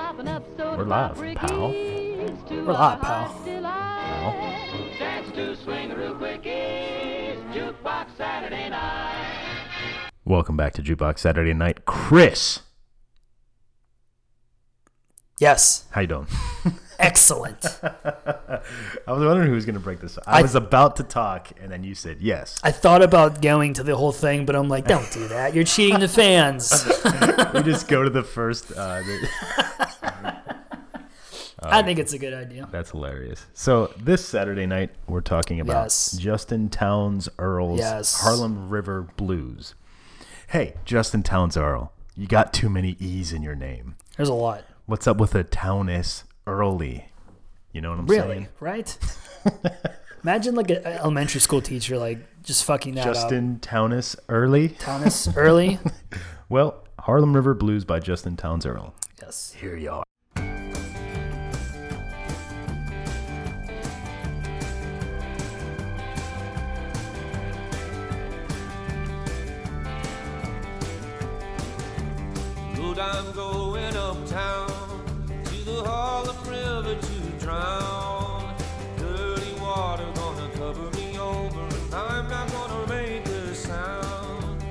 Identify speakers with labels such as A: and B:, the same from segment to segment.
A: Chopping up soda
B: We're live,
A: pop
B: pal.
A: Rickies to our
C: We're live, pal.
A: heart's delight. Chance to swing through quickies. Jukebox Saturday night.
B: Welcome back to Jukebox Saturday Night, Chris.
C: Yes.
B: How you doing?
C: Excellent.
B: I was wondering who was going to break this. up. I,
C: I-
B: was about to talk, and then you said yes.
C: I thought about going to the whole thing, but I'm like, don't do that. You're cheating the fans.
B: Oh. we just go to the first. Uh, the,
C: I think it's a good idea.
B: that's hilarious. So this Saturday night, we're talking about
C: Yes.
B: Justin Towns Earl's
C: Yes.
B: Harlem River Blues. Hey, Justin Towns Earl, you got too many E's in your name.
C: There's a lot.
B: What's up with a Towness Early? You know what I'm saying?
C: Really? Right? Imagine like an elementary school teacher, like just fucking that up.
B: Justin Townes Early.
C: Thomas Early.
B: Well, Harlem River Blues by Justin Townes Earl.
C: Yes.
B: Here you are.
D: Lord, I'm going uptown to the Harlem River to drown. Dirty water gonna cover me over, and I'm not gonna make a sound.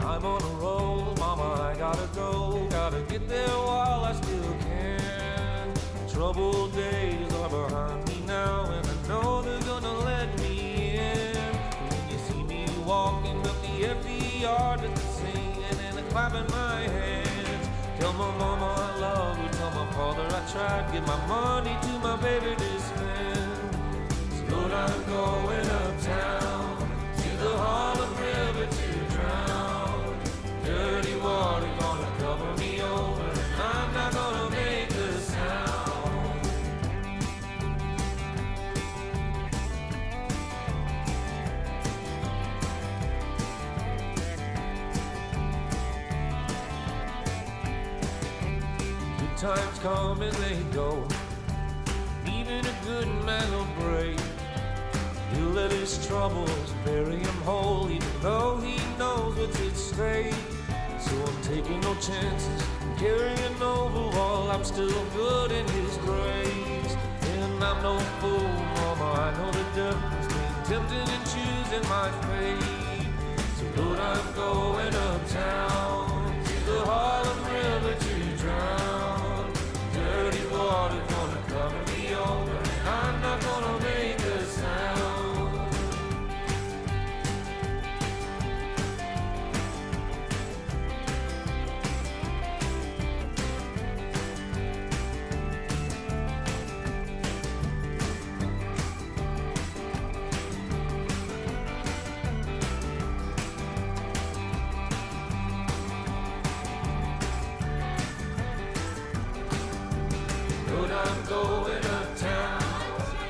D: I'm on a roll, mama, I gotta go. Gotta get there while I still can. Troubled days are behind me now, and I know they're gonna let me in. When you see me walking up the E empty yard and singing and clapping my hands. Tell my mama I love her, tell my father I tried, give my money to my baby to spend. So Lord, I'm going uptown to the Harlem River to drown. Dirty water gonna cover me over, and I'm not gonna make a sound. Good times come and they go. Even a good man will break. He'll let his troubles bury him whole, even though he knows what's at stake. So I'm taking no chances, I'm carrying over while I'm still good in his grace. And I'm no fool, mama, I know the difference between tempted and choosing my fate. So Lord, I'm going uptown to the Harlem River to drown. Dirty water gonna cover me over. I'm not gonna make a sound. Lord, I'm going uptown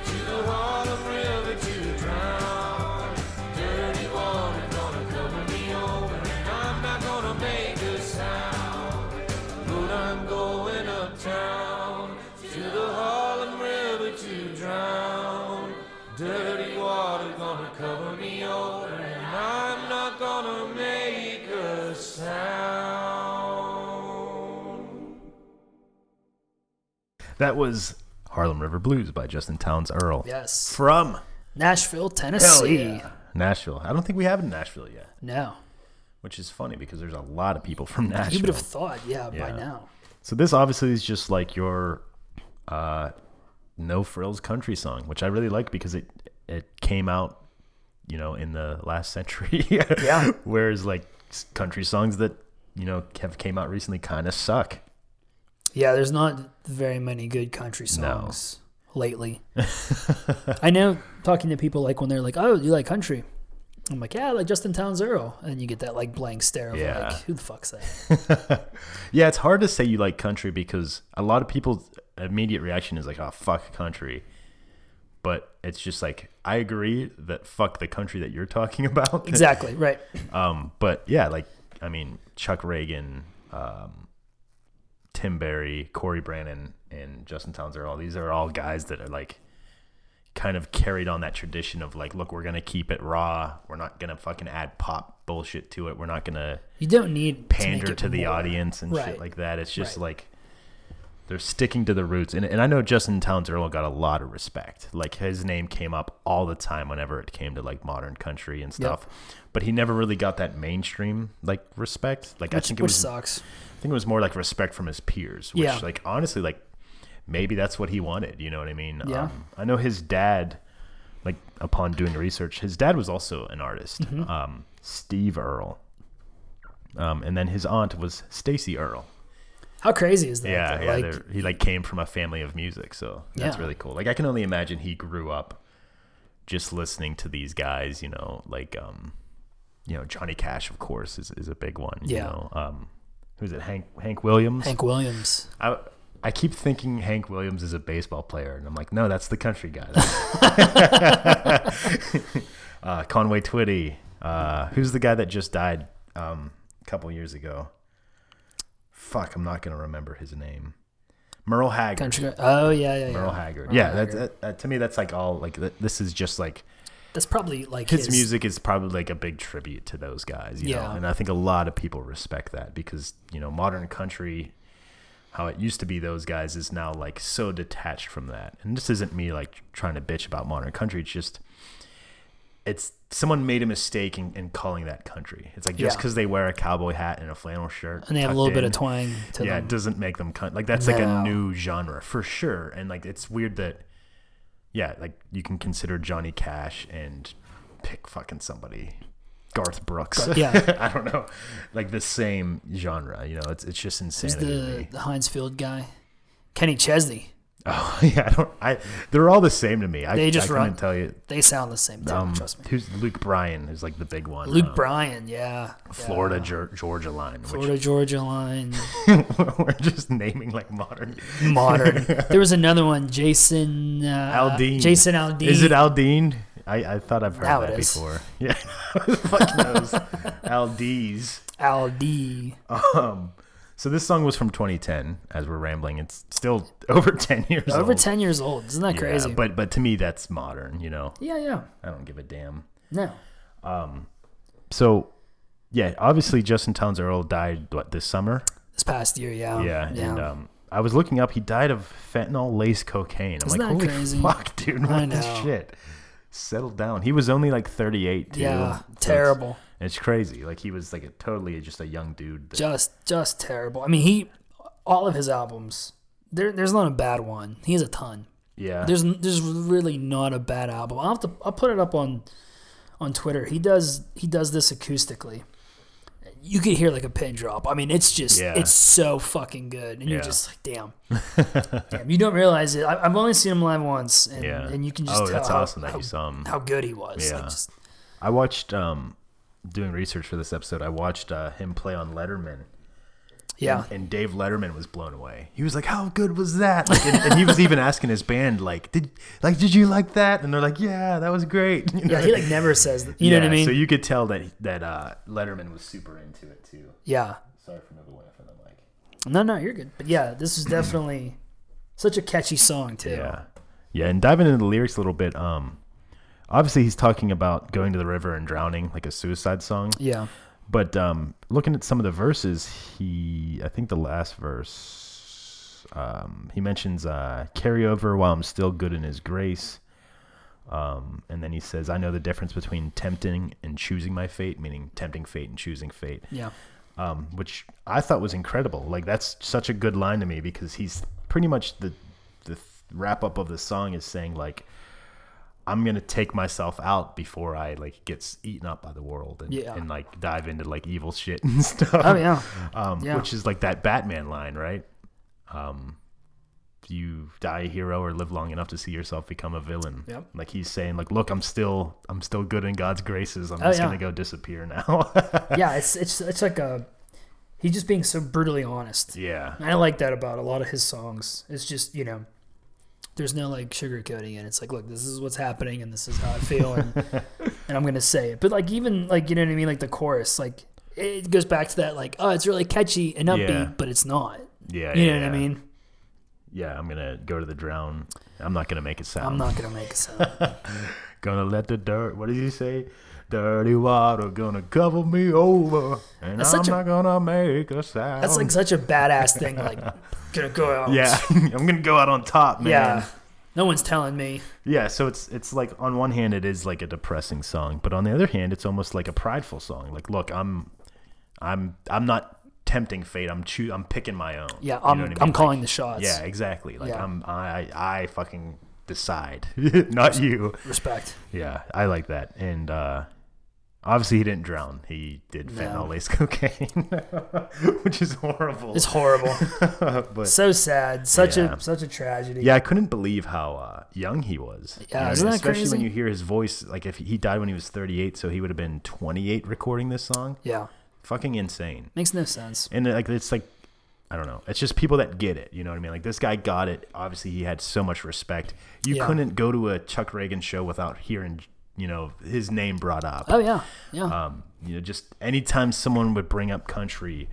D: to the Harlem River to drown. Dirty water gonna cover me over, and I'm not gonna make a sound. Lord, I'm going uptown to the Harlem River to drown. Dirty water gonna cover me over, and I'm not gonna make a sound.
B: That was Harlem River Blues by Justin Townes Earl.
C: Yes.
B: From
C: Nashville,
B: Hell
C: Tennessee.
B: yeah. Nashville. I don't think we have it in Nashville yet,
C: No.
B: which is funny because there's a lot of people from Nashville.
C: You would have thought, yeah,
B: Yeah.
C: by now.
B: So this obviously is just like your uh, no frills country song, which I really like because it it came out, you know, in the last century. yeah. Whereas like s- country songs that you know have came out recently kind of suck.
C: Yeah, there's not very many good country songs lately. I know talking to people like when they're like, "Oh, you like country?" I'm like, "Yeah, I like Justin Towns Earl," and you get that like blank stare of
B: Yeah.
C: like, "Who the fuck's that?"
B: Yeah, it's hard to say you like country because a lot of people's immediate reaction is like, "Oh, fuck country," but it's just like I agree that fuck the country that you're talking about.
C: exactly right.
B: Um, but yeah, like I mean, Chuck Reagan, um, Tim Berry, Corey Brannon, and Justin Towns are all these are all guys that are like kind of carried on that tradition of like, look, we're gonna keep it raw. We're not gonna fucking add pop bullshit to it. We're not gonna
C: You don't need make
B: pander
C: it
B: to the
C: more.
B: audience and shit
C: Right.
B: like that. It's just
C: Right.
B: like They're sticking to the roots, and and I know Justin Towns Earl got a lot of respect. Like his name came up all the time whenever it came to like modern country and stuff, but he never really got that mainstream like respect. Like I
C: Which,
B: think it
C: which
B: was
C: sucks.
B: I think it was more like respect from his peers, which
C: Yeah.
B: like honestly, like maybe that's what he wanted. You know what I mean? Um,
C: Yeah.
B: I know his dad, like upon doing research, his dad was also an artist,
C: Mm-hmm.
B: um, Steve Earle. Um, and then his aunt was Stacy Earle.
C: How crazy is that?
B: Yeah,
C: though?
B: yeah.
C: Like,
B: they're- he like came from a family of music, so that's
C: Yeah.
B: really cool. Like I can only imagine he grew up just listening to these guys. You know, like um, you know Johnny Cash, of course, is, is a big one. You
C: Yeah.
B: know, um, who's it? Hank Hank Williams.
C: Hank Williams.
B: I I keep thinking Hank Williams is a baseball player, and I'm like, no, that's the country guy. uh, Conway Twitty, uh, who's the guy that just died um, a couple years ago? Fuck, I'm not gonna remember his name. Merle Haggard.
C: Country. guy- Oh yeah, yeah, yeah.
B: Merle Haggard.
C: Merle
B: yeah, that-
C: Haggard.
B: That, that, to me, that's like all like th- this is just like
C: That's probably like
B: his music is probably like a big tribute to those guys, you know.
C: Yeah.
B: And I think a lot of people respect that because, you know, modern country how it used to be those guys is now like so detached from that. And this isn't me like trying to bitch about modern country, it's just it's someone made a mistake in, in calling that country. It's like just
C: Yeah.
B: because they wear a cowboy hat and a flannel shirt
C: And they have a
B: tucked
C: little bit
B: in,
C: of twang to
B: yeah,
C: them.
B: it doesn't make them cunt. Like that's like a
C: No.
B: new genre for sure. And like it's weird that yeah, like you can consider Johnny Cash and pick fucking somebody Garth Brooks.
C: yeah.
B: I don't know. Like the same genre, you know, it's it's just
C: Who's
B: insanity. to
C: the
B: me.
C: the Heinz Field guy? Kenny Chesney.
B: Oh yeah, I don't I they're all the same to me. I,
C: They just
B: I
C: run-
B: couldn't tell you.
C: They sound the same. Too,
B: Um,
C: trust me.
B: who's Luke Bryan who's like the big one.
C: Luke
B: um,
C: Bryan. Yeah.
B: Florida Geor- Georgia line,
C: Florida Georgia line.
B: which we're just naming like modern.
C: modern. there was another one, Jason uh,
B: Aldean.
C: Jason Aldean.
B: Is it Aldean? I, I thought I've heard
C: Now it
B: that
C: is.
B: before. Yeah. Fuck knows. Aldees.
C: Aldi?
B: Um, so this song was from 2010. As we're rambling, it's still over 10 years old.
C: Over ten years old. Isn't that
B: Oh. Yeah,
C: crazy?
B: but but to me, that's modern. You know,
C: yeah, yeah.
B: I don't give a damn.
C: No.
B: So, yeah, obviously Justin Towns Earl died what this summer.
C: This past year, yeah.
B: Yeah, and um, I was looking up. He died of fentanyl laced cocaine. I'm
C: Isn't
B: like,
C: that
B: holy
C: crazy?
B: fuck, dude,
C: I
B: what the
C: know.
B: shit? Settle down. He was only like 38. Too,
C: Yeah,
B: so it's-
C: terrible.
B: It's, crazy. Like he was like a totally just a young dude. that-
C: Just just terrible. I mean he all of his albums, there there's not a bad one. He has a ton.
B: yeah,
C: There's there's really not a bad album. I'll have to I'll put it up on on Twitter. He does he does this acoustically. You could hear like a pin drop. I mean, it's just
B: Yeah.
C: it's so fucking good, and you're
B: Yeah.
C: just like, damn, damn. You don't realize it. I, I've only seen him live once, and,
B: yeah.
C: and you can just
B: oh,
C: tell
B: that's
C: how,
B: awesome that
C: how,
B: you saw him.
C: how good he was.
B: Yeah.
C: Like just,
B: I watched um, doing research for this episode. I watched uh, him play on Letterman.
C: yeah.
B: and Dave Letterman was blown away. He was like, "How good was that?" Like, and, and he was even asking his band, "Like, did like did you like that?" And they're like, "Yeah, that was great." You know?
C: yeah, he like never says. You know what I
B: Yeah,
C: mean?
B: So you could tell that that uh, Letterman was super into it too.
C: yeah.
B: Sorry for moving away from the mic.
C: No, no, you're good. But yeah, this is definitely such a catchy song too.
B: Yeah, yeah, and diving into the lyrics a little bit. Um, obviously he's talking about going to the river and drowning, like a suicide song.
C: Yeah.
B: But um, looking at some of the verses, he I think the last verse um, he mentions uh, carryover while I'm still good in His grace, um, and then he says, "I know the difference between tempting and choosing my fate," meaning tempting fate and choosing fate,
C: Yeah.
B: um, which I thought was incredible. Like that's such a good line to me because he's pretty much the the wrap up of the song is saying like. I'm gonna take myself out before I like gets eaten up by the world and,
C: Yeah.
B: and like dive into like evil shit and stuff.
C: Oh yeah.
B: um,
C: yeah.
B: which is like that Batman line, right? Um, you die a hero or live long enough to see yourself become a villain.
C: Yep.
B: Like he's saying, like, look, I'm still, I'm still good in God's graces. I'm
C: Oh,
B: just
C: yeah.
B: gonna go disappear now.
C: yeah, it's it's it's like a he's just being so brutally honest.
B: yeah,
C: And I like that about a lot of his songs. It's just you know, there's no like sugarcoating it. It's like, look, this is what's happening, and this is how I feel, and, and I'm gonna say it. But like even like you know what I mean, like the chorus, like it goes back to that like, oh, it's really catchy and upbeat,
B: Yeah.
C: but it's not.
B: yeah.
C: You know
B: yeah,
C: what I
B: yeah.
C: mean?
B: Yeah, I'm gonna go to the drown. I'm not gonna make it sound.
C: I'm not gonna make a sound.
B: Gonna let the dirt. What does he say? Dirty water gonna cover me over, and
C: That's
B: I'm
C: such a-
B: not gonna make a sound.
C: That's like such a badass thing. Like, gonna go out.
B: yeah, I'm gonna go out on top, man.
C: Yeah. No one's telling me.
B: Yeah, so it's it's like on one hand it is like a depressing song, but on the other hand it's almost like a prideful song. Like, look, I'm I'm I'm not tempting fate. I'm choo- I'm picking my own.
C: Yeah,
B: You know
C: I'm,
B: what I mean?
C: I'm calling
B: Like,
C: the shots.
B: Yeah, exactly. Like
C: Yeah.
B: I'm I I fucking decide, not you.
C: Respect.
B: Yeah, I like that. And uh obviously he didn't drown. He did fentanyl laced cocaine, which is horrible.
C: It's horrible.
B: but
C: so sad. Such
B: Yeah.
C: a such a tragedy.
B: yeah, I couldn't believe how uh, young he was.
C: Yeah,
B: what I
C: isn't
B: mean?
C: that
B: especially when
C: crazy?
B: you hear his voice. Like if he died when he was 38, so he would have been 28 recording this song.
C: Yeah.
B: Fucking insane.
C: Makes no sense.
B: and like it's like I don't know. It's just people that get it. You know what I mean? Like this guy got it. Obviously, he had so much respect. You
C: Yeah.
B: couldn't go to a Chuck Reagan show without hearing you know his name brought up.
C: Oh yeah. Yeah.
B: Um, you know, just anytime someone would bring up country.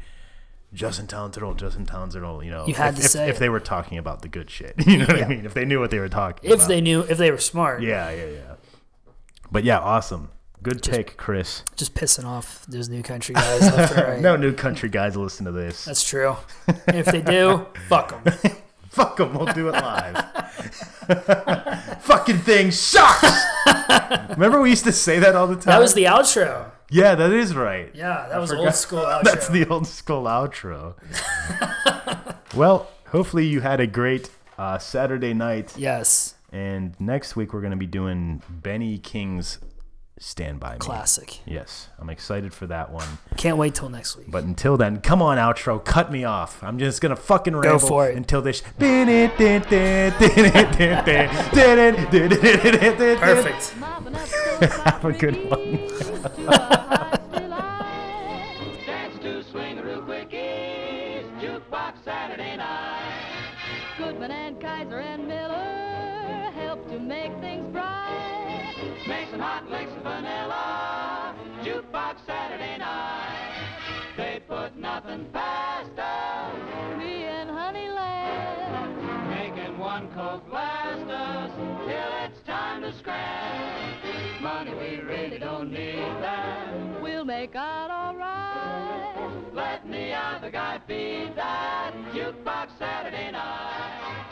B: Justin Townsend, Justin Townsend, you know,
C: You had
B: if,
C: to
B: if,
C: say
B: if
C: it.
B: they were talking about the good shit, you know what I mean? If they knew what they were talking
C: if
B: about.
C: they knew, if they were smart,
B: yeah, yeah, yeah. But yeah, awesome, good pick, Chris.
C: just pissing off those new country guys left and right.
B: No new country guys listen to this.
C: That's true. And if they do, fuck them.
B: Fuck them. We'll do it live. Fucking thing sucks. Remember we used to say that all the time.
C: That was the outro.
B: yeah. That is right.
C: Yeah, that was
B: forgot.
C: old school outro.
B: That's the old school outro. well, hopefully you had a great uh, Saturday night,
C: yes,
B: and next week we're going to be doing Benny King's "Stand By Me."
C: classic.
B: Yes, I'm excited for that one.
C: Can't wait till next week.
B: But until then, come on, outro, cut me off. I'm just gonna fucking ramble
C: for it.
B: until this. Perfect.
C: Perfect.
A: Have
B: a good one.
A: Dance to swing the real quickies, jukebox Saturday night.
E: Goodman and Kaiser and Miller help to make things bright.
A: Mix and hot, mix and vanilla, jukebox Saturday night. They put nothing past us,
E: Me and Honeyland,
A: making one coke last us till it's time to scram. Money we really don't need that.
E: we'll make out all right.
A: Let the other guy be that jukebox Saturday night.